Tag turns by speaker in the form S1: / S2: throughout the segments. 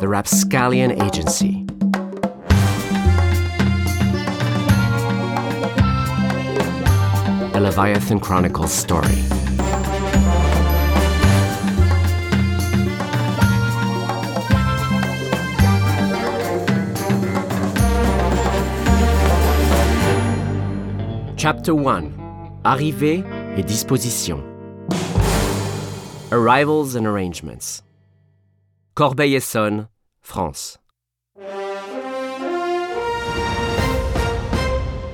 S1: the Rapscallion Agency. The Leviathan Chronicles story. Chapter 1 Arrivée et disposition. Arrivals and arrangements. Corbeil-Essonne, France.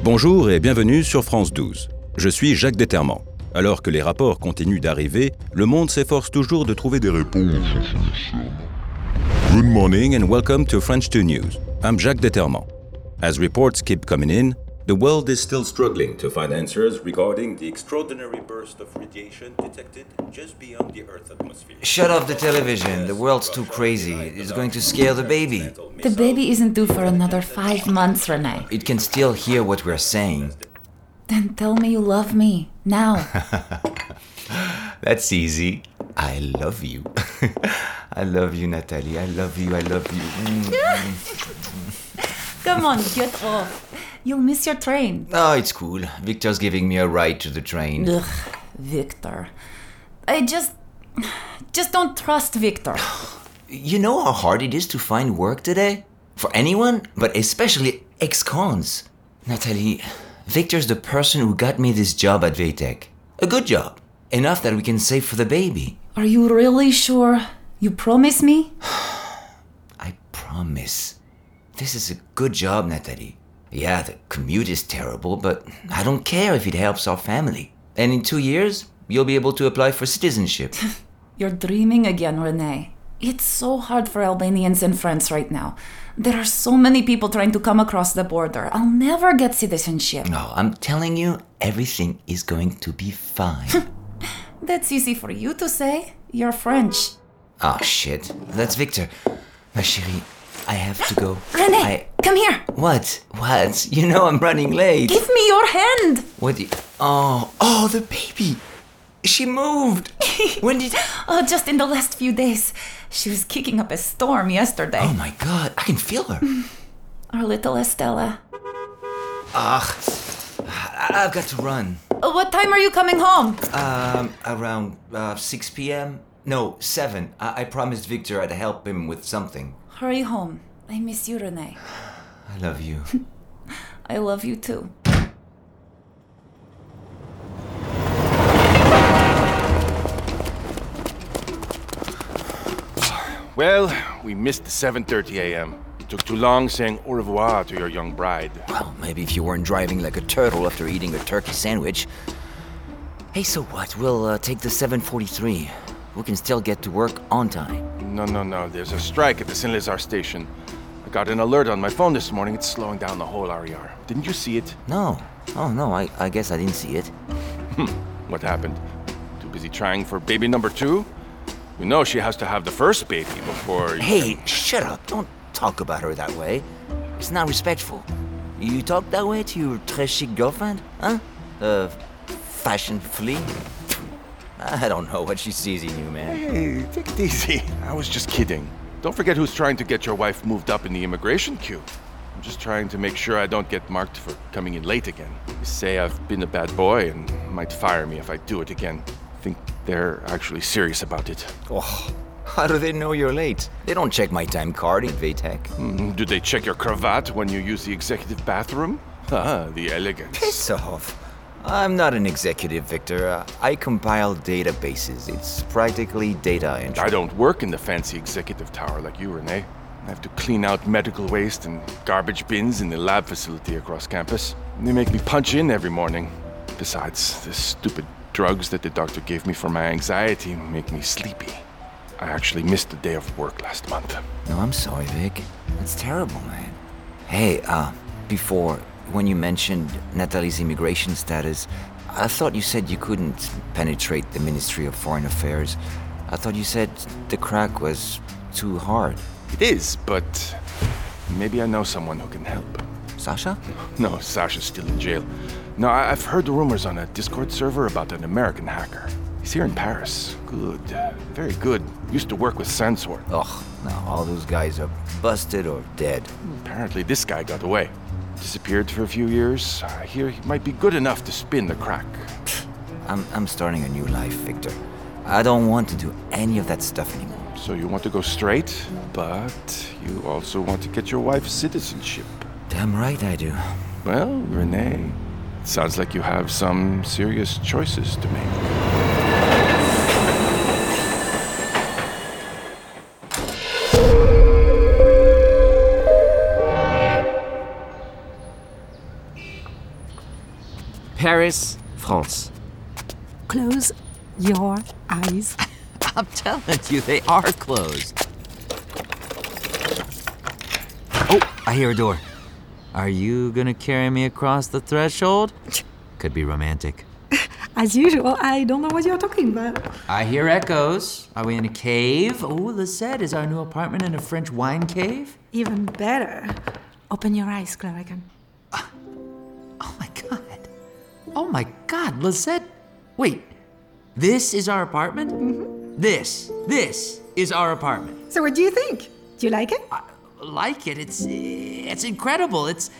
S2: Bonjour et bienvenue sur France 12. Je suis Jacques Déterment. Alors que les rapports continuent d'arriver, le monde s'efforce toujours de trouver des réponses aux solutions. Good morning and welcome to French 2 News. I'm Jacques Déterment. As reports keep coming in, the world is still struggling to find answers regarding the extraordinary burst of radiation detected just beyond the Earth's atmosphere.
S3: Shut off the television. The world's too crazy. It's going to scare the baby.
S4: The baby isn't due for another five months, Renee.
S3: It can still hear what we're saying.
S4: Then tell me you love me. Now.
S3: That's easy. I love you. I love you, Natalie. I love you. I love you. Mm.
S4: Come on, get off. You'll miss your train.
S3: Oh, it's cool. Victor's giving me a ride to the train.
S4: Ugh, Victor. I just. Just don't trust Victor.
S3: You know how hard it is to find work today? For anyone, but especially ex cons. Natalie, Victor's the person who got me this job at VTech. A good job. Enough that we can save for the baby.
S4: Are you really sure? You promise me?
S3: I promise. This is a good job, Natalie. Yeah, the commute is terrible, but I don't care if it helps our family. And in two years, you'll be able to apply for citizenship.
S4: You're dreaming again, Renee. It's so hard for Albanians in France right now. There are so many people trying to come across the border. I'll never get citizenship.
S3: no, I'm telling you, everything is going to be fine.
S4: That's easy for you to say. You're French.
S3: Ah, shit. That's Victor. Ma chérie, I have to go.
S4: Renee,
S3: I-
S4: come here.
S3: What? What? You know I'm running late.
S4: Give me your hand.
S3: What? do you- Oh, oh, the baby. She moved. when did?
S4: Oh, just in the last few days. She was kicking up a storm yesterday.
S3: Oh my God! I can feel her.
S4: Our little Estella.
S3: Ugh. I- I've got to run.
S4: Uh, What time are you coming home?
S3: Um, around uh, 6 p.m. No, 7. I-, I promised Victor I'd help him with something.
S4: Hurry home. I miss you, Renee.
S3: I love you.
S4: I love you too.
S5: Well, we missed the 7:30 a.m. It took too long saying au revoir to your young bride.
S3: well, maybe if you weren't driving like a turtle after eating a turkey sandwich. Hey, so what? We'll uh, take the 7:43. We can still get to work on time.
S5: No, no, no. There's a strike at the Saint Lazare station. I got an alert on my phone this morning. It's slowing down the whole RER. Didn't you see it?
S3: No. Oh no, I, I guess I didn't see it.
S5: Hmm, What happened? Too busy trying for baby number two? You know she has to have the first baby before. You
S3: Hey, shut up. Don't talk about her that way. It's not respectful. You talk that way to your très chic girlfriend? Huh? Uh, fashion flea? I don't know what she sees in you, man.
S5: Hey, take it easy. I was just kidding. Don't forget who's trying to get your wife moved up in the immigration queue. I'm just trying to make sure I don't get marked for coming in late again. They say I've been a bad boy and might fire me if I do it again. I think they're actually serious about it.
S3: Oh, how do they know you're late? They don't check my time card in VTech.
S5: Mm, Do they check your cravat when you use the executive bathroom? Ah, the elegance.
S3: Piss off. I'm not an executive, Victor. Uh, I compile databases. It's practically data entry.
S5: I don't work in the fancy executive tower like you, Renee. I have to clean out medical waste and garbage bins in the lab facility across campus. They make me punch in every morning. Besides, the stupid drugs that the doctor gave me for my anxiety make me sleepy. I actually missed a day of work last month.
S3: No, I'm sorry, Vic. That's terrible, man. Hey, uh, before, when you mentioned Natalie's immigration status, I thought you said you couldn't penetrate the Ministry of Foreign Affairs. I thought you said the crack was too hard.
S5: It is, but maybe I know someone who can help.
S3: Sasha?
S5: No, Sasha's still in jail. No, I- I've heard the rumors on a Discord server about an American hacker. He's here in Paris. Good. Very good. Used to work with Sansor.
S3: Ugh, no, all those guys are busted or dead.
S5: Apparently, this guy got away. Disappeared for a few years. I hear he might be good enough to spin the crack.
S3: I'm, I'm starting a new life, Victor. I don't want to do any of that stuff anymore.
S5: So you want to go straight, but you also want to get your wife's citizenship.
S3: Damn right I do.
S5: Well, Renee, it sounds like you have some serious choices to make.
S1: Paris, France.
S6: Close your eyes.
S3: I'm telling you, they are closed. Oh, I hear a door. Are you gonna carry me across the threshold? Could be romantic.
S6: As usual, I don't know what you're talking about.
S3: I hear echoes. Are we in a cave? Oh, Lisette, is our new apartment in a French wine cave?
S6: Even better. Open your eyes, Clarican.
S3: Oh my god. Oh my god, Lisette. Wait, this is our apartment? This, this is our apartment.
S6: So, what do you think? Do you like it?
S7: Uh,
S3: like it. It's it's incredible. It's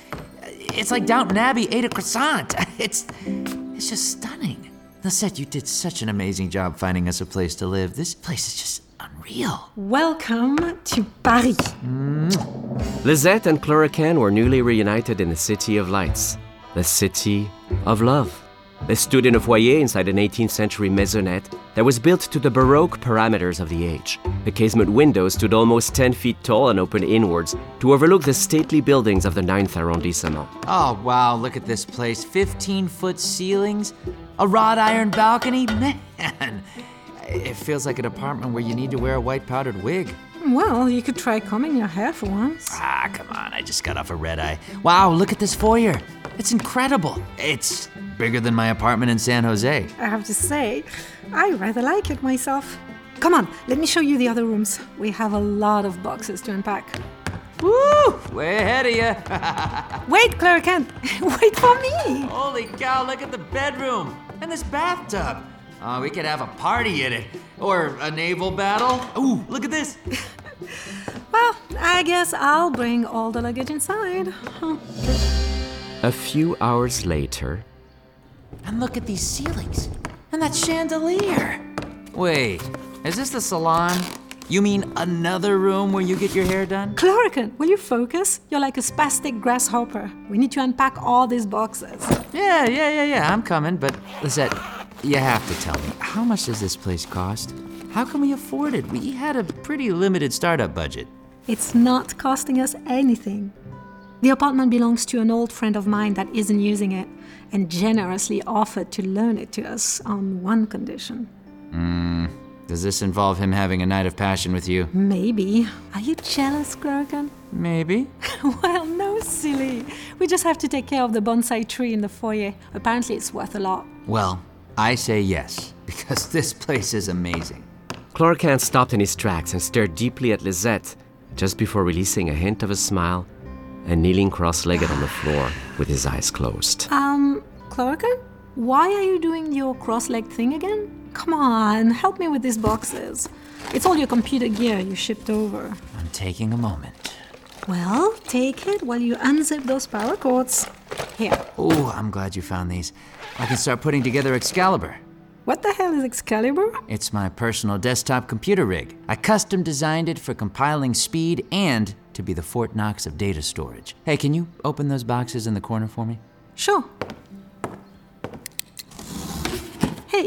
S3: it's like Downton Abbey ate a croissant. It's it's just stunning. Lisette, you did such an amazing job finding us a place to live. This place is just unreal.
S6: Welcome to Paris.
S1: Lisette and Chlorocan were newly reunited in the City of Lights, the City of Love. They stood in a foyer inside an 18th century maisonette that was built to the Baroque parameters of the age. The casement windows stood almost 10 feet tall and opened inwards to overlook the stately buildings of the 9th arrondissement.
S7: Oh, wow, look at this place. 15 foot ceilings, a wrought iron balcony. Man, it feels like an apartment where you need to wear a white powdered wig.
S6: Well, you could try combing your hair for once.
S7: Ah, come on, I just got off a red eye. Wow, look at this foyer. It's incredible. It's bigger than my apartment in San Jose.
S6: I have to say, I rather like it myself. Come on, let me show you the other rooms. We have a lot of boxes to unpack.
S7: Woo! Way ahead of you.
S6: Wait, Clarican, wait for me.
S7: Holy cow, look at the bedroom and this bathtub. Oh, we could have a party in it. Or a naval battle. Ooh, look at this.
S6: Well, I guess I'll bring all the luggage inside.
S1: A few hours later,
S7: And look at these ceilings. And that chandelier. Wait, is this the salon? You mean another room where you get your hair done?
S6: Chlorican, will you focus? You're like a spastic grasshopper. We need to unpack all these boxes.
S7: Yeah, yeah, yeah, yeah, I'm coming, but Lisette, you have to tell me, how much does this place cost? How can we afford it? We had a pretty limited startup budget.
S6: It's not costing us anything. The apartment belongs to an old friend of mine that isn't using it and generously offered to loan it to us on one condition.
S7: Hmm, Does this involve him having a night of passion with you?
S6: Maybe. Are you jealous, Chlorican?
S7: Maybe.
S6: well, no, silly. We just have to take care of the bonsai tree in the foyer. Apparently, it's worth a lot.
S7: Well, I say yes, because this place is amazing.
S1: Chlorcan stopped in his tracks and stared deeply at Lisette just before releasing a hint of a smile and kneeling cross legged on the floor with his eyes closed.
S6: Um, Chlorican? Why are you doing your cross legged thing again? Come on, help me with these boxes. It's all your computer gear you shipped over.
S7: I'm taking a moment.
S6: Well, take it while you unzip those power cords. Here.
S7: Oh, I'm glad you found these. I can start putting together Excalibur.
S6: What the hell is Excalibur?
S7: It's my personal desktop computer rig. I custom designed it for compiling speed and to be the Fort Knox of data storage. Hey, can you open those boxes in the corner for me?
S6: Sure. Hey,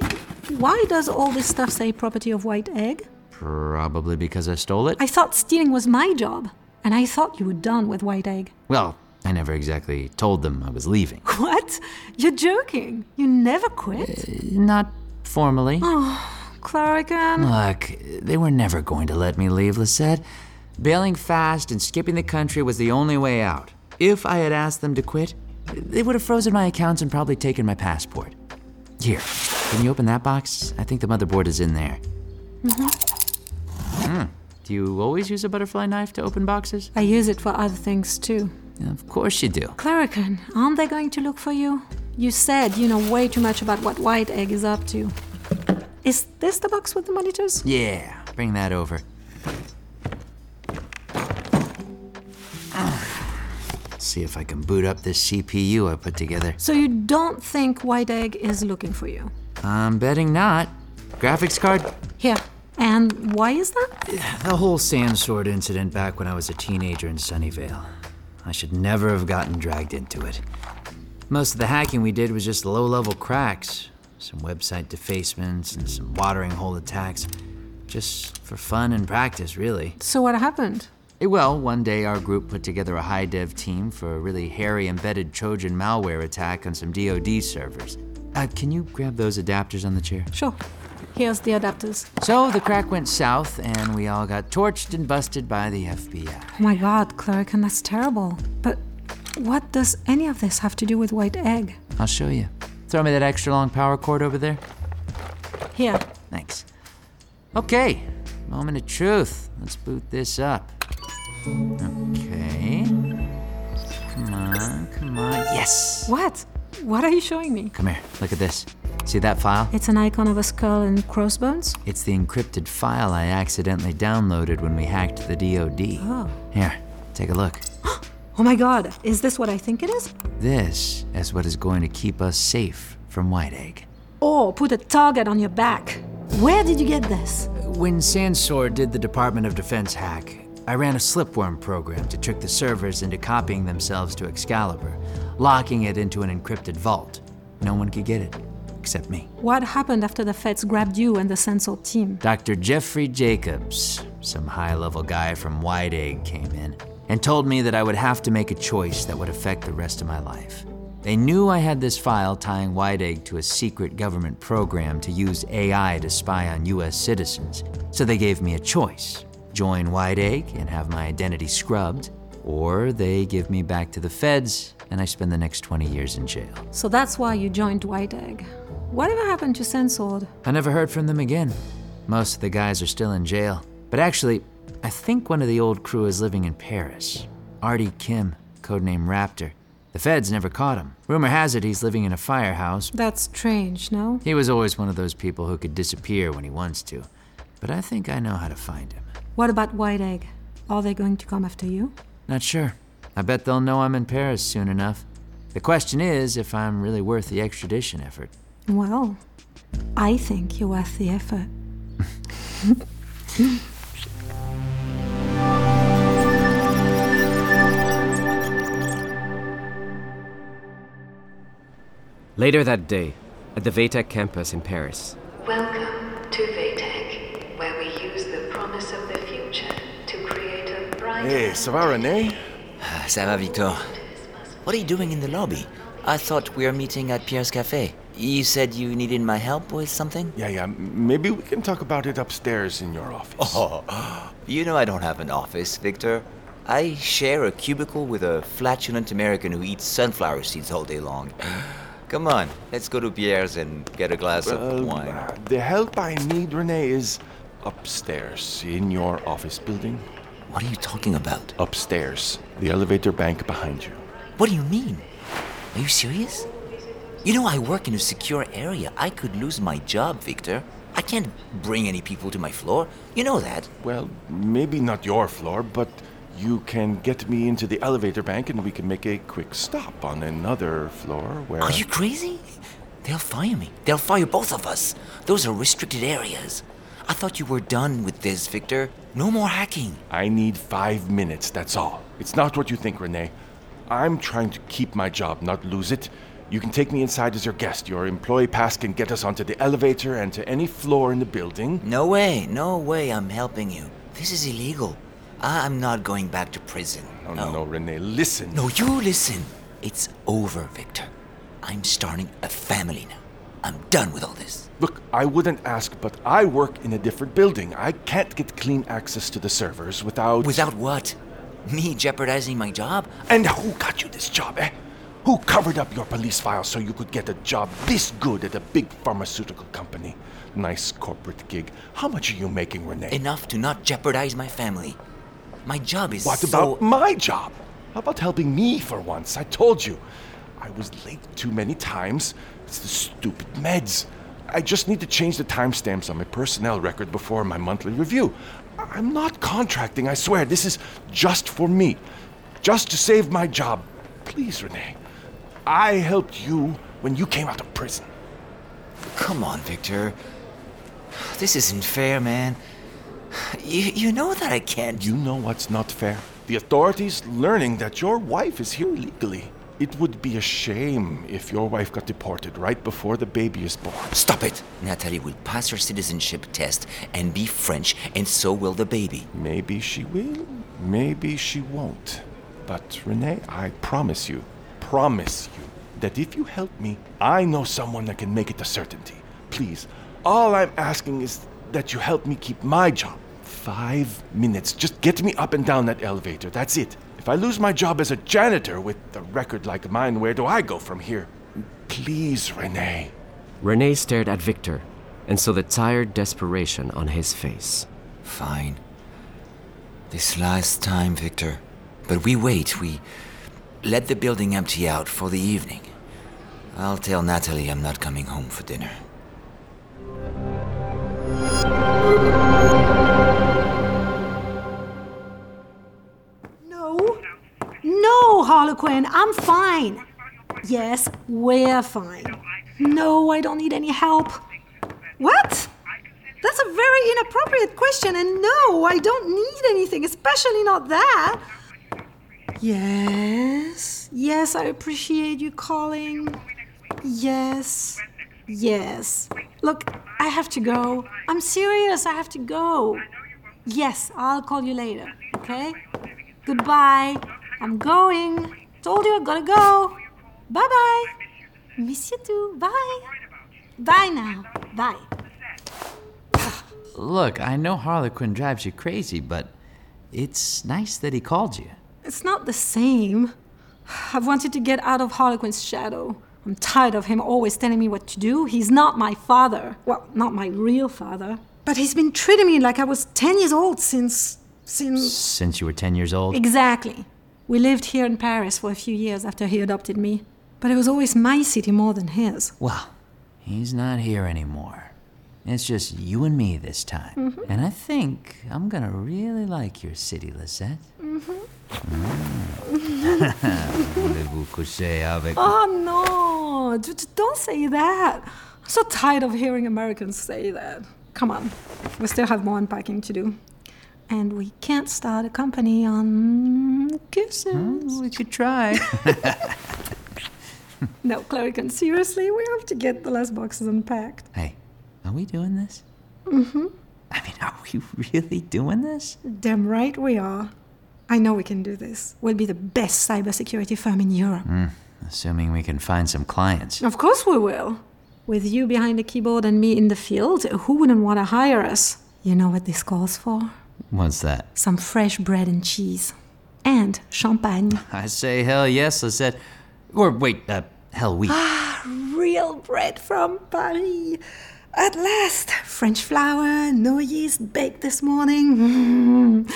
S6: why does all this stuff say property of white egg?
S7: Probably because I stole it.
S6: I thought stealing was my job, and I thought you were done with white egg.
S7: Well, I never exactly told them I was leaving.
S6: What? You're joking. You never quit?
S7: Uh,
S6: Oh,
S7: Not formally.
S6: Chlorican?
S7: Look, they were never going to let me leave, Lisette. Bailing fast and skipping the country was the only way out. If I had asked them to quit, they would have frozen my accounts and probably taken my passport. Here, can you open that box? I think the motherboard is in there. Mm-hmm. Do you always use a butterfly knife to open boxes?
S6: I use it for other things too.
S7: Of course you do.
S6: Clerican, aren't they going to look for you? You said you know way too much about what White Egg is up to. Is this the box with the monitors?
S7: Yeah, bring that over. See if I can boot up this CPU I put together.
S6: So you don't think White Egg is looking for you?
S7: I'm betting not. Graphics card?
S6: Here. And why is that?
S7: The whole sand sword incident back when I was a teenager in Sunnyvale. I should never have gotten dragged into it. Most of the hacking we did was just low level cracks, some website defacements, and some watering hole attacks. Just for fun and practice, really.
S6: So what happened?
S7: Eh, Well, one day our group put together a high dev team for a really hairy embedded Trojan malware attack on some DoD servers. Uh, can you grab those adapters on the chair?
S6: Sure. Here's the adapters.
S7: So the crack went south, and we all got torched and busted by the FBI.
S6: Oh my god, Clerican, that's terrible. But what does any of this have to do with White Egg?
S7: I'll show you. Throw me that extra long power cord over there.
S6: Here.
S7: Thanks. Okay, moment of truth. Let's boot this up. Okay. Come on, come on. Yes!
S6: What? What are you showing me?
S7: Come here, look at this. See that file?
S6: It's an icon of a skull and crossbones?
S7: It's the encrypted file I accidentally downloaded when we hacked the DoD. Oh. Here, take a look.
S6: Oh my god, is this what I think it is?
S7: This is what is going to keep us safe from White Egg.
S6: Or Oh, put a target on your back. Where did you get this?
S7: When Sansor did the Department of Defense hack, I ran a slipworm program to trick the servers into copying themselves to Excalibur, locking it into an encrypted vault. No one could get it, except me.
S6: What happened after the feds grabbed you and the Sensor team?
S7: Dr. Jeffrey Jacobs, some high level guy from White Egg, came in and told me that I would have to make a choice that would affect the rest of my life. They knew I had this file tying White Egg to a secret government program to use AI to spy on US citizens, so they gave me a choice join White Egg and have my identity scrubbed, or they give me back to the feds and I spend the next 20 years in jail.
S6: So that's why you joined White Egg. Whatever happened to Sensor?
S7: I never heard from them again. Most of the guys are still in jail. But actually, I think one of the old crew is living in Paris. Artie Kim, codename Raptor. The feds never caught him. Rumor has it he's living in a firehouse.
S6: That's strange, no?
S7: He was always one of those people who could disappear when he wants to. But I think I know how to find him.
S6: What about White Egg? Are they going to come after you?
S7: Not sure. I bet they'll know I'm in Paris soon enough. The question is if I'm really worth the extradition effort.
S6: Well, I think you're worth the effort.
S1: Later that day, at the VETEC campus in Paris,
S8: Welcome to VTech, where we use the promise of the future to create a brighter.
S5: Hey, ça va, René?
S3: Ah, Ça va, Victor? What are you doing in the lobby? I thought we were meeting at Pierre's Cafe. You said you needed my help with something?
S5: Yeah, yeah, m- maybe we can talk about it upstairs in your office.
S3: Oh, You know I don't have an office, Victor. I share a cubicle with a flatulent American who eats sunflower seeds all day long. Come on, let's go to Pierre's and get a glass
S5: Well,
S3: of wine.
S5: uh, The help I need, Renee, is upstairs in your office building.
S3: What are you talking about?
S5: Upstairs. The elevator bank behind you.
S3: What do you mean? Are you serious? You know, I work in a secure area. I could lose my job, Victor. I can't bring any people to my floor. You know that.
S5: Well, maybe not your floor, but you can get me into the elevator bank and we can make a quick stop on another floor where.
S3: Are you crazy? They'll fire me. They'll fire both of us. Those are restricted areas. I thought you were done with this, Victor. No more hacking.
S5: I need five minutes, that's all. It's not what you think, Renee. I'm trying to keep my job, not lose it. You can take me inside as your guest. Your employee pass can get us onto the elevator and to any floor in the building.
S3: No way, no way I'm helping you. This is illegal. I- I'm not going back to prison.
S5: No, Oh, no, no, Renee, listen.
S3: No, you listen. It's over, Victor. I'm starting a family now. I'm done with all this.
S5: Look, I wouldn't ask, but I work in a different building. I can't get clean access to the servers without.
S3: Without what? Me jeopardizing my job?
S5: And who got you this job, eh? Who covered up your police files so you could get a job this good at a big pharmaceutical company? Nice corporate gig. How much are you making, Renee?
S3: Enough to not jeopardize my family. My job is
S5: What
S3: so...
S5: about my job? How about helping me for once? I told you. I was late too many times. It's the stupid meds. I just need to change the timestamps on my personnel record before my monthly review. I- I'm not contracting, I swear. This is just for me. Just to save my job. Please, Renee. I helped you when you came out of prison.
S3: Come on, Victor. This isn't fair, man. You, you know that I can't.
S5: You know what's not fair? The authorities learning that your wife is here illegally. It would be a shame if your wife got deported right before the baby is born.
S3: Stop it! Natalie will pass her citizenship test and be French, and so will the baby.
S5: Maybe she will, maybe she won't. But Renee, I promise you, promise you, that if you help me, I know someone that can make it a certainty. Please, all I'm asking is that you help me keep my job. Five minutes. Just get me up and down that elevator. That's it. If I lose my job as a janitor with a record like mine, where do I go from here? Please, Renee.
S1: Renee stared at Victor and saw the tired desperation on his face.
S3: Fine. This last time, Victor. But we wait. We let the building empty out for the evening. I'll tell Natalie I'm not coming home for dinner.
S6: No. No, Harlequin, I'm fine. Yes, we're fine. No, I don't need any help. What? That's a very inappropriate question, and no, I don't need anything, especially not that. Yes. Yes, I appreciate you calling. Yes. Yes. Look, I have to go. I'm serious, I have to go. Yes, I'll call you later, okay? Goodbye. I'm going. Told you I gotta go. Bye bye. Miss you too. Bye. Bye now. Bye.
S7: Look, I know Harlequin drives you crazy, but it's nice that he called you.
S6: It's not the same. I've wanted to get out of Harlequin's shadow. I'm tired of him always telling me what to do. He's not my father. Well, not my real father. But he's been treating me like I was 10 years old since. since.
S7: Since you were 10 years old,
S6: Exactly. We lived here in Paris for a few years after he adopted me. But it was always my city more than his.
S7: well, he's not here anymore. It's just you and me this time. And I think I'm gonna really like your city, Lisette. Mm-hmm. Voulez-vous coucher avec
S6: Oh no! D- d- Don't say that. I'm so tired of hearing Americans say that. Come on, we still have more unpacking to do, and we can't start a company on kisses.
S7: Hmm? We could try.
S6: No, Clarican, seriously, we have to get the last boxes unpacked.
S7: hey, are we doing this? Mm-hmm. I mean, are we really doing this?
S6: Damn right we are. I know we can do this. We'll be the best cybersecurity firm in Europe.
S7: Hmm, Assuming we can find some clients.
S6: Of course we will. With you behind the keyboard and me in the field, who wouldn't want to hire us? You know what this calls for?
S7: What's that?
S6: some fresh bread and cheese, and champagne.
S7: I say hell yes, Lisette.
S6: Ah,
S7: Or wait, uh, hell we.
S6: Real bread from Paris. At last, French flour, no yeast, baked this morning. Mm,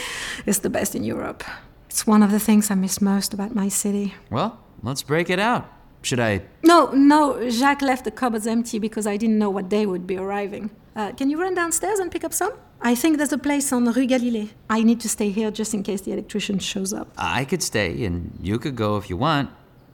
S6: it's the best in Europe. It's one of the things I miss most about my city.
S7: Well, let's break it out. Should I?
S6: No, no, Jacques left the cupboards empty because I didn't know what day would be arriving. Uh, can you run downstairs and pick up some? I think there's a place on Rue Galilée. I need to stay here just in case the electrician shows up.
S7: I could stay, and you could go if you want.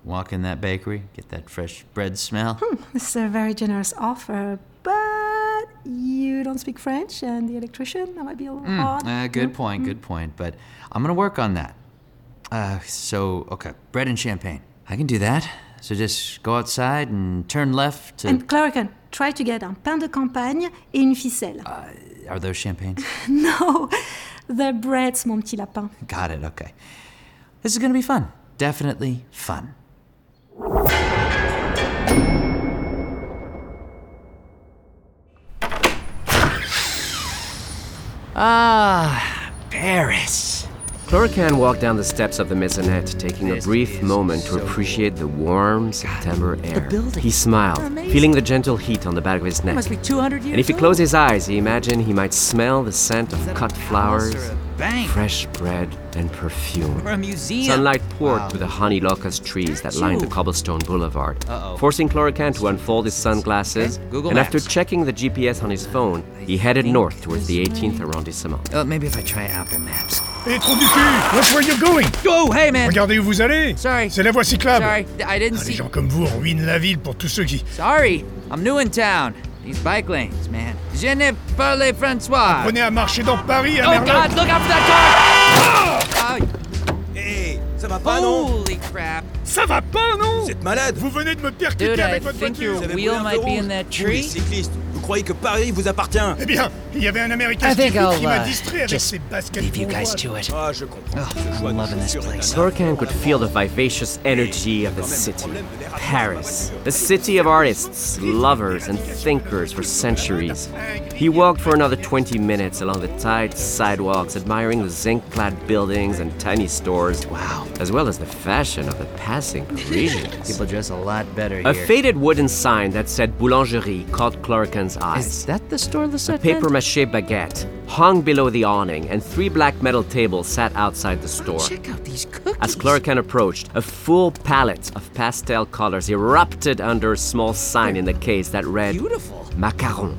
S7: Walk in that bakery, get that fresh bread smell.
S6: Hmm, This is a very generous offer, but you don't speak French, and the electrician, that might be a little hard.
S7: Uh, good point, good point. But I'm gonna work on that. Uh, so okay, bread and champagne. I can do that. So just go outside and turn left to.
S6: And Clerican, try to get un pain de campagne et une ficelle.
S7: Uh, Are those champagnes?
S6: no, they're breads, mon petit lapin.
S7: Got it. Okay. This is gonna be fun. Definitely fun. Ah, Paris.
S1: Chlorocan walked down the steps of the maisonette, taking a brief moment to appreciate the warm September air.
S7: buildings
S1: He smiled,
S7: are amazing.
S1: feeling the gentle heat on the back of his neck.
S7: Must be 200 years
S1: And if he
S7: old.
S1: closed his eyes, he imagined he might smell the scent of
S7: that a
S1: cut
S7: palace
S1: flowers,
S7: or a bank?
S1: fresh bread, and perfume.
S7: Or a museum.
S1: Sunlight poured through the honey locust trees that lined the
S7: Achoo.
S1: cobblestone boulevard,
S7: Uh-oh.
S1: forcing Chlorocan to unfold his sunglasses.
S7: Okay, Google
S1: and after
S7: Maps.
S1: checking the GPS on his phone, he headed north towards the 18th arrondissement.
S7: Oh, maybe if I try Apple Maps.
S9: Hey, trou du cul Watch where you're going
S7: Oh, hey man.
S9: Regardez où vous allez
S7: Sorry.
S9: C'est la voie cyclable
S7: Sorry, th- I didn't
S9: Ah, Les
S7: see.
S9: gens comme vous ruinent la ville pour tous ceux qui...
S7: Sorry, I'm new in town. These bike lanes, man. Je ne parle Francois.
S9: Prenez à marcher dans Paris, à
S7: Oh
S9: Merlin.
S7: God, look out for that car! Oh,
S10: Hey, ça va Ah, pas, non
S7: holy crap,
S9: Ça va pas, non
S10: Vous êtes malade
S9: Vous venez de me percuter
S7: dude! I
S9: avec votre
S7: think
S9: voiture
S7: your
S10: Vous avez
S7: wheel
S10: brûlé un
S7: might
S10: feu
S7: be in
S10: rouge.
S7: that
S10: Vous, les
S7: tree.
S10: cyclistes, vous croyez que Paris vous appartient
S9: Eh bien, il y avait un Américain
S7: I think
S9: stupide qui
S7: I'll,
S9: m'a
S7: uh,
S9: distrait avec
S7: just
S9: ses baskets
S7: leave you guys
S9: bourgeoises.
S7: to it.
S10: Ah, je comprends.
S7: Oh,
S10: Ce choix
S7: I'm
S10: de
S7: loving this
S10: chaussures est
S7: place.
S10: un art.
S1: Turkan could feel the vivacious energy of the city. Paris, the city of artists, lovers, and thinkers for centuries. He walked for another 20 minutes along the tight sidewalks, admiring the zinc clad buildings and tiny stores, wow, as well as the fashion of the passing Parisians.
S7: People dress a lot better
S1: A
S7: here.
S1: faded wooden sign that said Boulangerie caught Clorican's
S7: Is
S1: eyes.
S7: that the store
S1: A
S7: Lisette?
S1: paper mache baguette hung below the awning, and three black metal tables sat outside the store.
S7: Check out these cookies.
S1: As Clerican approached, a full palette of pastel colors erupted under a small sign in the case that read
S7: Beautiful.
S1: Macaron.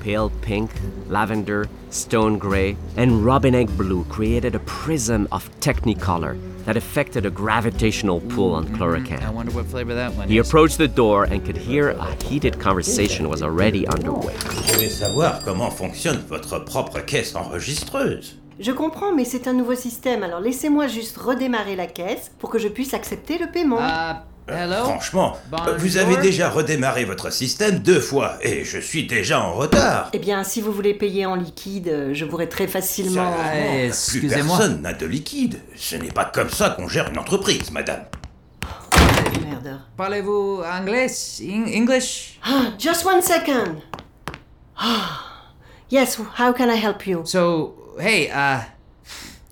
S1: Pale pink, lavender, stone gray, and robin egg blue created a prism of technicolor that affected a gravitational pull on
S7: Mm-hmm. I
S1: Clorican.
S7: wonder what flavor that one
S1: He
S7: is.
S1: approached the door and could hear a heated conversation was already underway.
S10: Je voulais savoir comment fonctionne votre propre caisse enregistreuse.
S11: Je comprends, mais c'est un nouveau système, alors laissez-moi juste redémarrer la caisse pour que je puisse accepter le paiement.
S7: Uh, hello.
S10: Franchement,
S7: Bonjour.
S10: vous avez déjà redémarré votre système deux fois et je suis déjà en
S2: Ah.
S10: retard.
S11: Eh bien, si vous voulez payer en liquide, euh, je pourrais très facilement.
S7: Ah,
S10: Plus
S7: Excusez-moi.
S10: personne n'a de liquide. Ce n'est pas comme ça qu'on gère une entreprise, madame.
S11: Merde.
S7: Parlez-vous anglais? Eng- English?
S11: Ah, Just one second. Ah, Yes, how can I help you?
S7: So, hey, uh,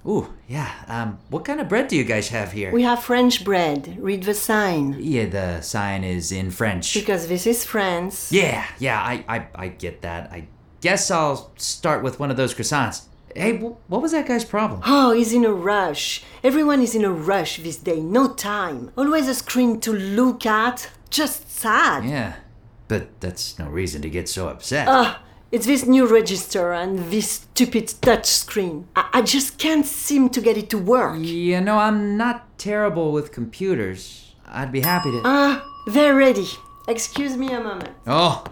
S7: ooh, yeah. Um, what kind of bread do you guys have here?
S11: We have French bread. Read the sign.
S7: yeah, the sign is in French.
S11: Because this is France.
S7: Yeah, yeah, I, I, I get that. I guess I'll start with one of those croissants. Hey, wh- what was that guy's problem?
S11: Oh, he's in a rush. Everyone is in a rush this day. No time. Always a screen to look at. Just sad.
S7: Yeah, but that's no reason to get so upset.
S11: Ah, it's this new register and this stupid touch screen. I, I just can't seem to get it to work.
S7: you know, I'm not terrible with computers. I'd be happy to.
S11: Ah, they're ready. Excuse me a moment.
S7: Oh,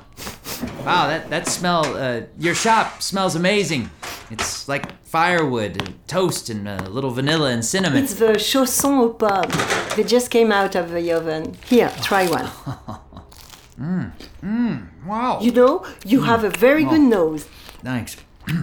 S7: wow! That that smell. Uh, your shop smells amazing. It's like firewood, and toast, and a little vanilla and cinnamon.
S11: It's the chausson au pub. They just came out of the oven. Here, try one.
S7: Mm, Wow!
S11: You know, you have a very good nose.
S7: Oh. Thanks.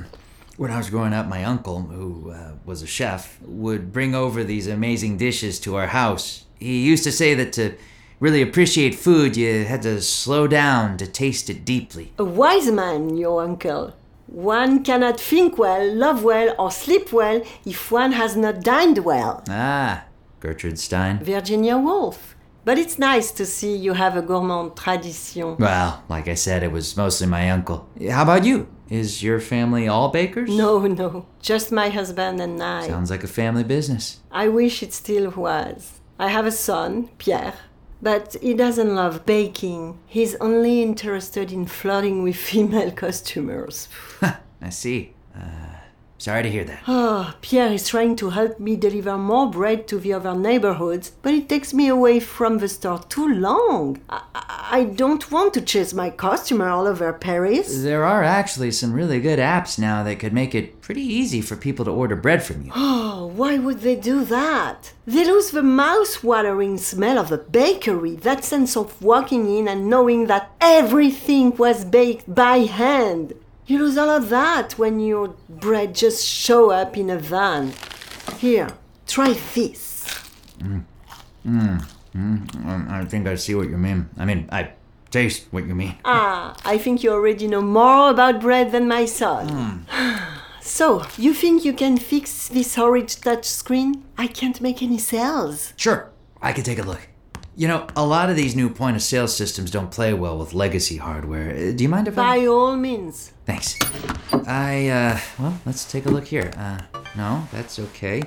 S7: when I was growing up, my uncle, who uh, was a chef, would bring over these amazing dishes to our house. He used to say that to really appreciate food, you had to slow down to taste it deeply.
S11: A wise man, your uncle. One cannot think well, love well, or sleep well if one has not dined well.
S7: Ah, Gertrude Stein.
S11: Virginia Woolf. But it's nice to see you have a gourmand tradition.
S7: Well, like I said, it was mostly my uncle. How about you? Is your family all bakers?
S11: No, no, just my husband and I.
S7: Sounds like a family business.
S11: I wish it still was. I have a son, Pierre, but he doesn't love baking. He's only interested in flirting with female customers.
S7: I see. Uh, sorry to hear that.
S11: Oh, Pierre is trying to help me deliver more bread to the other neighborhoods, but it takes me away from the store too long. I, I- I don't want to chase my customer all over Paris.
S7: There are actually some really good apps now that could make it pretty easy for people to order bread from you.
S11: Oh, why would they do that? They lose the mouth-watering smell of a bakery, that sense of walking in and knowing that everything was baked by hand. You lose all of that when your bread just show up in a van. Here, try this.
S7: Mm, mm, um, I think I see what you mean. I mean, I taste what you mean.
S11: Ah, I think you already know more about bread than my son.
S7: Hmm. Mm.
S11: So, you think you can fix this horrid touch screen? I can't make any sales.
S7: Sure, I could take a look. You know, a lot of these new point of sale systems don't play well with legacy hardware. Uh, Do you mind if I.
S11: By all means.
S7: Thanks. I, uh, well, let's take a look here. Uh, no, that's okay.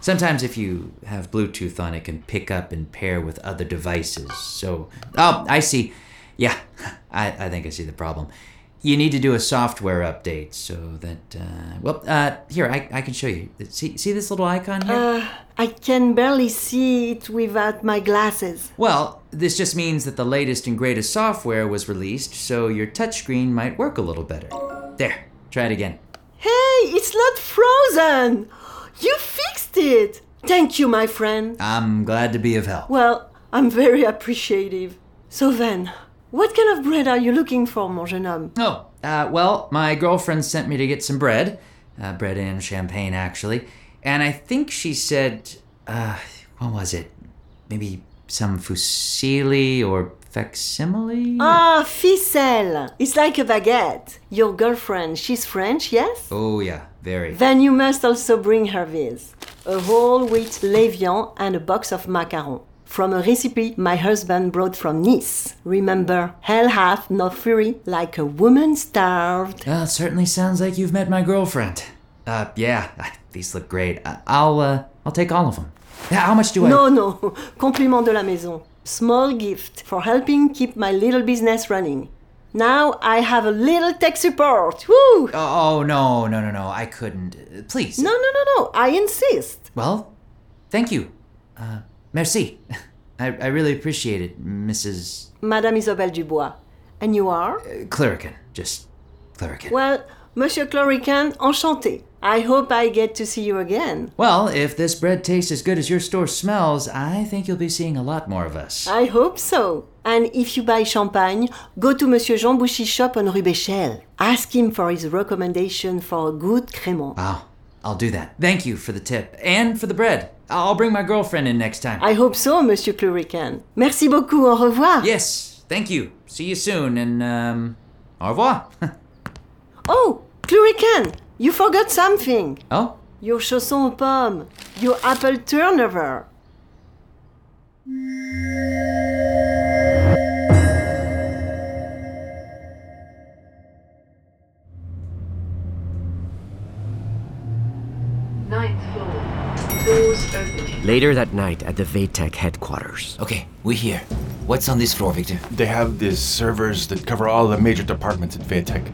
S7: Sometimes if you have Bluetooth on, it can pick up and pair with other devices. So, oh, I see. Yeah, I, I think I see the problem. You need to do a software update so that, uh, well, uh, here, I, I can show you. See, see this little icon here?
S11: Uh, I can barely see it without my glasses.
S7: Well, this just means that the latest and greatest software was released, so your touchscreen might work a little better. There, try it again.
S11: Hey, it's not frozen! You fixed it! Thank you, my friend.
S7: I'm glad to be of help.
S11: Well, I'm very appreciative. So then, what kind of bread are you looking for, mon jeune homme?
S7: Oh, uh, well, my girlfriend sent me to get some bread, uh, bread and champagne, actually, and I think she said, uh, what was it? Maybe some fusilli or facsimile?
S11: Ah, ficelle. It's like a baguette. Your girlfriend, she's French, yes?
S7: Oh, yeah, very.
S11: Then you must also bring her this. A whole wheat levian and a box of macarons. From a recipe my husband brought from Nice. Remember, hell hath no fury like a woman starved.
S7: Uh, certainly sounds like you've met my girlfriend. Uh, yeah, these look great. I- I'll, uh, I'll take all of them. How much do I?
S11: No, no, compliment de la maison. Small gift for helping keep my little business running. Now I have a little tech support. Woo!
S7: Oh, oh, no, no, no, no. I couldn't. Uh, Please.
S11: No, no, no, no, I insist.
S7: Well, thank you. Uh, merci. I, I really appreciate it, Mrs.
S11: Madame Isabelle Dubois. And you are?
S7: Uh, Clerican. Just Clerican.
S11: Well, Monsieur Clorican, enchanté. I hope I get to see you again.
S7: Well, if this bread tastes as good as your store smells, I think you'll be seeing a lot more of us.
S11: I hope so. And if you buy champagne, go to Monsieur Jean Bouchy's shop on Rue Béchel. Ask him for his recommendation for a good crémant.
S7: Wow. I'll do that. Thank you for the tip and for the bread. I'll bring my girlfriend in next time.
S11: I hope so, Monsieur Clorican. Merci beaucoup, au revoir.
S7: Yes, thank you. See you soon, and um, au revoir.
S11: Oh, Clorican, you forgot something.
S7: oh,
S11: Your chausson aux pommes, your apple turnover.
S8: Ninth floor. Doors opening.
S1: Later that night at the VTech headquarters.
S3: Okay, we here. What's on this floor, Victor?
S5: They have these servers that cover all the major departments at VTech,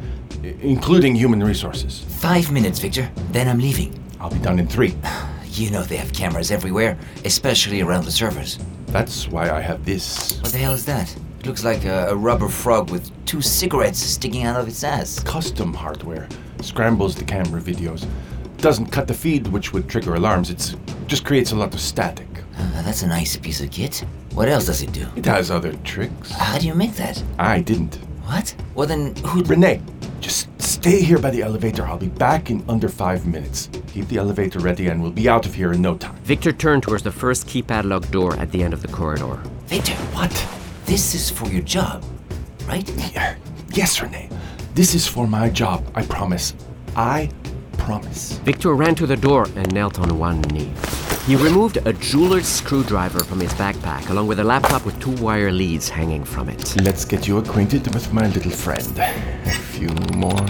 S5: including human resources.
S3: Five minutes, Victor. Then I'm leaving.
S5: I'll be done in three.
S3: You know they have cameras everywhere, especially around the servers.
S5: That's why I have this.
S3: What the hell is that? It looks like a, a rubber frog with two cigarettes sticking out of its ass.
S5: Custom hardware scrambles the camera videos, doesn't cut the feed, which would trigger alarms. It's just creates a lot of static.
S3: Uh, that's a nice piece of kit. What else does it do?
S5: It has other tricks.
S3: How do you make that?
S5: I didn't.
S3: What? Well, then who?
S5: Renee, just stay here by the elevator. I'll be back in under five minutes. Keep the elevator ready, and we'll be out of here in no time.
S1: Victor turned towards the first keypad lock door at the end of the corridor.
S3: Victor,
S5: What?
S3: this is for your job, right?
S5: Yeah. Yes, Renee. This is for my job. I promise. I promise.
S1: Victor ran to the door and knelt on one knee. He removed a jeweler's screwdriver from his backpack, along with a laptop with two wire leads hanging from it.
S5: Let's get you acquainted with my little friend. A few more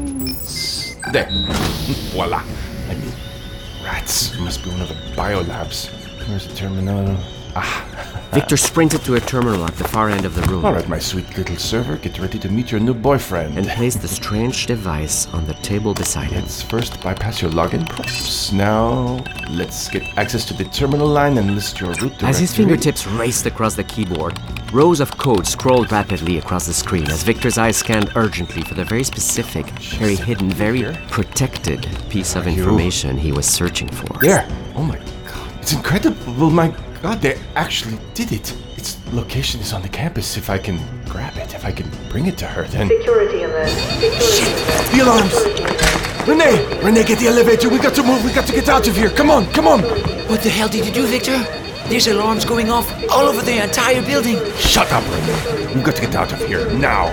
S5: seconds. There. Voila. I mean, rats. Must be one of the biolabs. Where's the terminal? Ah.
S1: Victor sprinted to a terminal at the far end of the room.
S5: All right, my sweet little server, get ready to meet your new boyfriend.
S1: And placed the strange device on the table beside him.
S5: Let's first bypass your login prompts. Now, let's get access to the terminal line and list your route directory.
S1: As his fingertips raced across the keyboard, rows of code scrolled rapidly across the screen as Victor's eyes scanned urgently for the very specific, very hidden, very protected piece of information he was searching for.
S5: There! Oh my god, it's incredible! My god, they actually did it! Its location is on the campus. If I can grab it, if I can bring it to her, then.
S8: Security alert. Security alert.
S5: The alarms! Renee! Renee, get the elevator! We got to move! We got to get out of here! Come on! Come on!
S3: What the hell did you do, Victor? There's alarms going off all over the entire building.
S5: Shut up, Renee! We've got to get out of here now!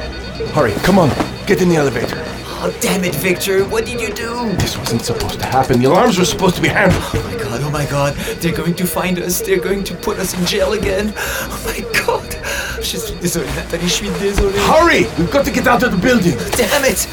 S5: Hurry, come on! Get in the elevator!
S3: Oh, damn it, Victor. What did you do?
S5: This wasn't supposed to happen. The alarms were supposed to be handled.
S3: Oh my god, oh my god. They're going to find us. They're going to put us in jail again. Oh my god. Je suis désolé, Nathalie. Je suis désolé.
S5: Hurry! We've got to get out of the building!
S3: Damn it.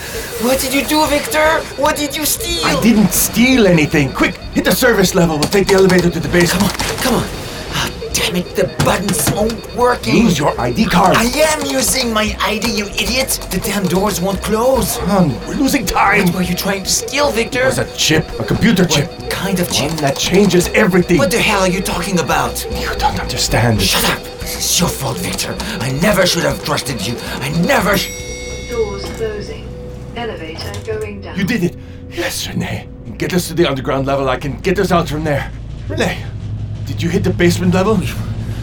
S3: What did you do, Victor? What did you steal?
S5: I didn't steal anything! Quick, hit the service level. We'll take the elevator to the
S3: Come on,
S5: basement.
S3: come on. Ah, damn it. The buttons aren't working.
S5: Use your ID card.
S3: I am using my ID, you idiot. The damn doors won't close.
S5: Come on, we're losing time!
S3: What were you trying to steal, Victor?
S5: There's a chip, a computer chip.
S3: What kind of chip?
S5: One that changes everything.
S3: What the hell are you talking about?
S5: You don't understand.
S3: Shut up! This is your fault, Victor. I never should have trusted you. I never. Sh-
S8: Doors closing. Elevator going down.
S5: You did it. Yes, Renee. Get us to the underground level. I can get us out from there. Renee, did you hit the basement level?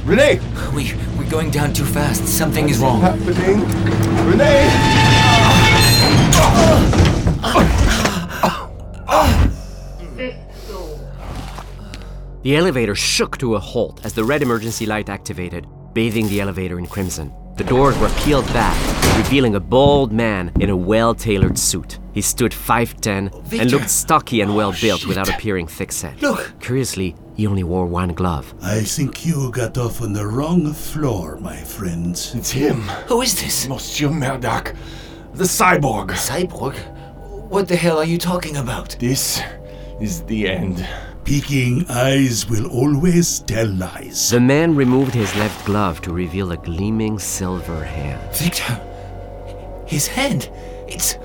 S5: Renee,
S3: we we're going down too fast. Something is wrong.
S5: happening. Renee,
S8: Fifth floor.
S1: The elevator shook to a halt as the red emergency light activated, bathing the elevator in crimson. The doors were peeled back, revealing a bald man in a well tailored suit. He stood 5'10 and
S3: Oh, Victor. Oh,
S1: looked stocky and well built
S12: shit.
S1: without appearing thick set.
S3: Look.
S1: Curiously, he only wore one glove.
S12: I think you got off on the wrong floor, my friends.
S5: it's him,
S3: Who is this?
S5: Monsieur Murdoch, the cyborg.
S3: Cyborg? What the hell are you talking about?
S5: This is the end.
S12: Peeking eyes will always tell lies.
S1: The man removed his left glove to reveal a gleaming silver hand.
S3: Victor, his hand. It's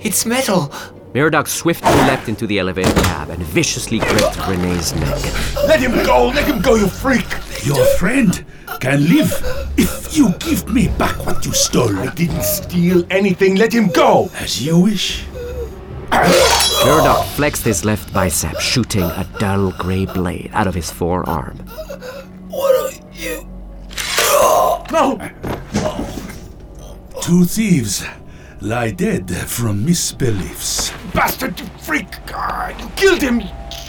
S3: it's metal.
S1: Merodach swiftly leapt into the elevator cab and viciously gripped Renee's neck.
S5: Let him go. Let him go, you freak.
S12: Your friend can live if you give me back what you stole.
S5: I didn't steal anything. Let him go.
S12: As you wish.
S1: Merodach flexed his left bicep, shooting a dull gray blade out of his forearm.
S3: What are you?
S5: No.
S12: Two thieves lie dead from misbeliefs.
S5: Bastard, you freak! Ah, You killed him!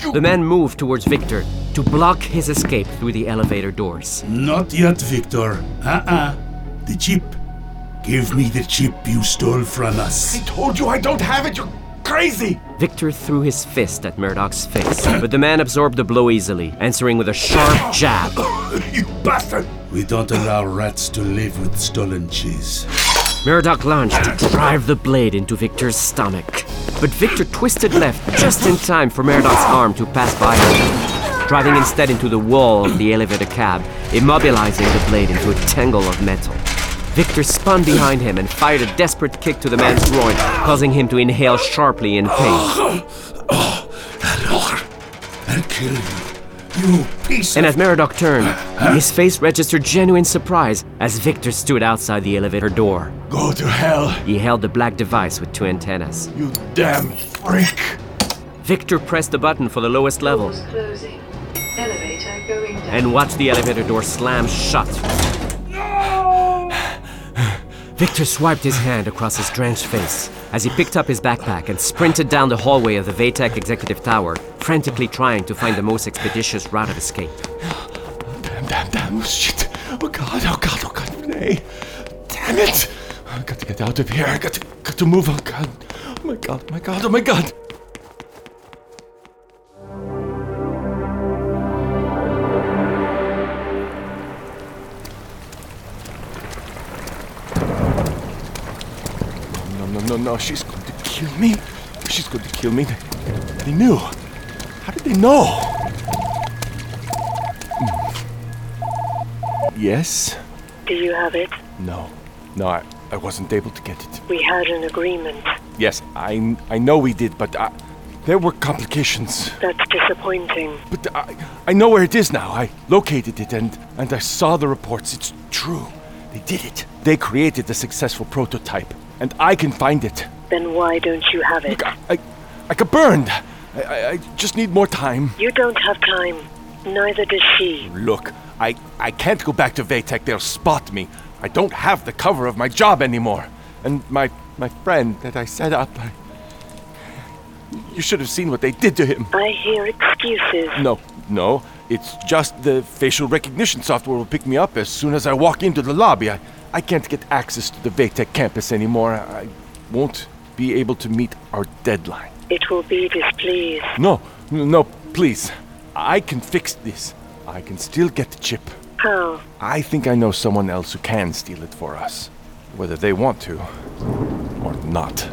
S5: You...
S1: The man moved towards Victor to block his escape through the elevator doors.
S12: Not yet, Victor. Uh-uh. The chip. Give me the chip you stole from
S5: I
S12: us.
S5: told you I don't have it, you're crazy!
S1: Victor threw his fist at Murdoch's face, but the man absorbed the blow easily, answering with a sharp jab.
S5: You bastard!
S12: We don't allow rats to live with stolen cheese.
S1: Murdoch lunged to drive the blade into Victor's stomach, but Victor twisted left just in time for Murdoch's arm to pass by him, driving instead into the wall of the elevator cab, immobilizing the blade into a tangle of metal. Victor spun behind him and fired a desperate kick to the man's groin, causing him to inhale sharply in pain.
S12: Lord, I'll kill you. You piece
S1: And
S12: of...
S1: as Merodach turned, his face registered genuine surprise as Victor stood outside the elevator door.
S5: Go to hell,
S1: He held the black device with two antennas.
S5: you damn freak!
S1: Victor pressed the button for the lowest level
S8: Doors closing. Elevator going down.
S1: and watched the elevator door slam shut. Victor swiped his hand across his drenched face as he picked up his backpack and sprinted down the hallway of the VTech Executive Tower, frantically trying to find the most expeditious route of escape.
S5: Damn, damn, damn, oh shit! Oh god, oh god, oh god, Renee! Damn it! I got to get out of here, I got to, got to move, oh god! Oh my god, my god, oh my god! no, she's going to kill me. She's going to kill me. They knew. How did they know? Hmm. Yes?
S8: Do you have it?
S5: No. No, I, I wasn't able to get it.
S8: We had an agreement.
S5: Yes, I, I know we did, but I, there were complications.
S8: That's disappointing.
S5: But I, I know where it is now. I located it and, and I saw the reports. It's true. They did it. They created a successful prototype, and I can find it.
S8: Then why don't you have it?
S5: I, I got burned. I, I, I just need more time.
S8: You don't have time. Neither does she.
S5: Look, I, I can't go back to Vatek. They'll spot me. I don't have the cover of my job anymore. And my, my friend that I set up, I, you should have seen what they did to him.
S8: I hear excuses.
S5: No, no. It's just the facial recognition software will pick me up as soon as I walk into the lobby. I, I can't get access to the Vatek campus anymore. I won't be able to meet our deadline.
S8: It will be displeased.
S5: No, no, please. I can fix this. I can still get the chip.
S8: How?
S5: I think I know someone else who can steal it for us, whether they want to or not.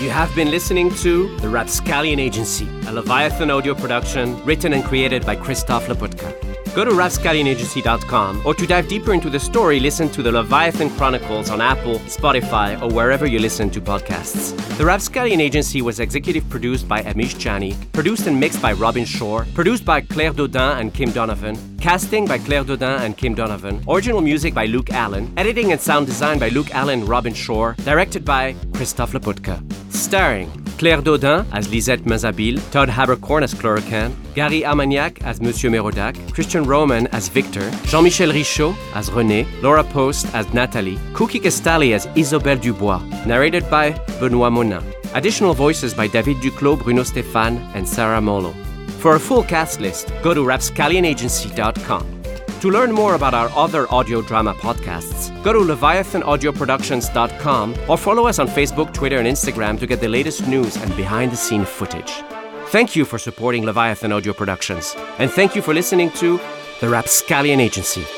S1: You have been listening to The Rapscallion Agency, a Leviathan audio production written and created by Christoph Laputka. Go to rapscallionagency.com or to dive deeper into the story, listen to The Leviathan Chronicles on Apple, Spotify, or wherever you listen to podcasts. The Rapscallion Agency was executive produced by Amish Chani, produced and mixed by Robin Shore, produced by Claire Dodin and Kim Donovan, casting by Claire Dodin and Kim Donovan, original music by Luke Allen, editing and sound design by Luke Allen and Robin Shore, directed by Christophe Laputka. Starring Claire Dodin as Lisette Mazabil, Todd Habercorn as Chlorocan, Gary Armagnac as Monsieur Merodac, Christian Roman as Victor, Jean-Michel Richaud as René, Laura Post as Nathalie, Cookie Castali as Isabelle Dubois, narrated by Benoit Monin. Additional voices by David Duclos, Bruno Stéphane, and Sarah Molo. For a full cast list, go to rapscallionagency.com. To learn more about our other audio drama podcasts, go to leviathanaudioproductions.com or follow us on Facebook, Twitter, and Instagram to get the latest news and behind the scene footage. Thank you for supporting Leviathan Audio Productions, and thank you for listening to The Rapscallion Agency.